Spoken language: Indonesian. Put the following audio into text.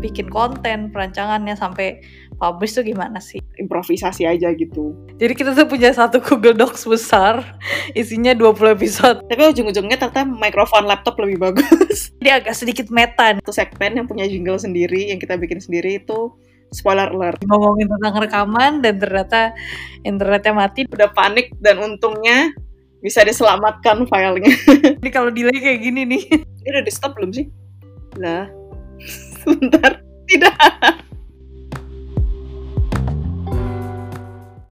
bikin konten, perancangannya sampai publish tuh gimana sih? improvisasi aja gitu. Jadi kita tuh punya satu Google Docs besar, isinya 20 episode. Tapi ujung-ujungnya ternyata mikrofon laptop lebih bagus. Dia agak sedikit meta. Satu segmen yang punya jingle sendiri, yang kita bikin sendiri itu spoiler alert. Ngomongin tentang rekaman dan ternyata internetnya mati. Udah panik dan untungnya bisa diselamatkan filenya. Jadi kalau delay kayak gini nih. Ini udah di stop belum sih? Lah, sebentar. Tidak.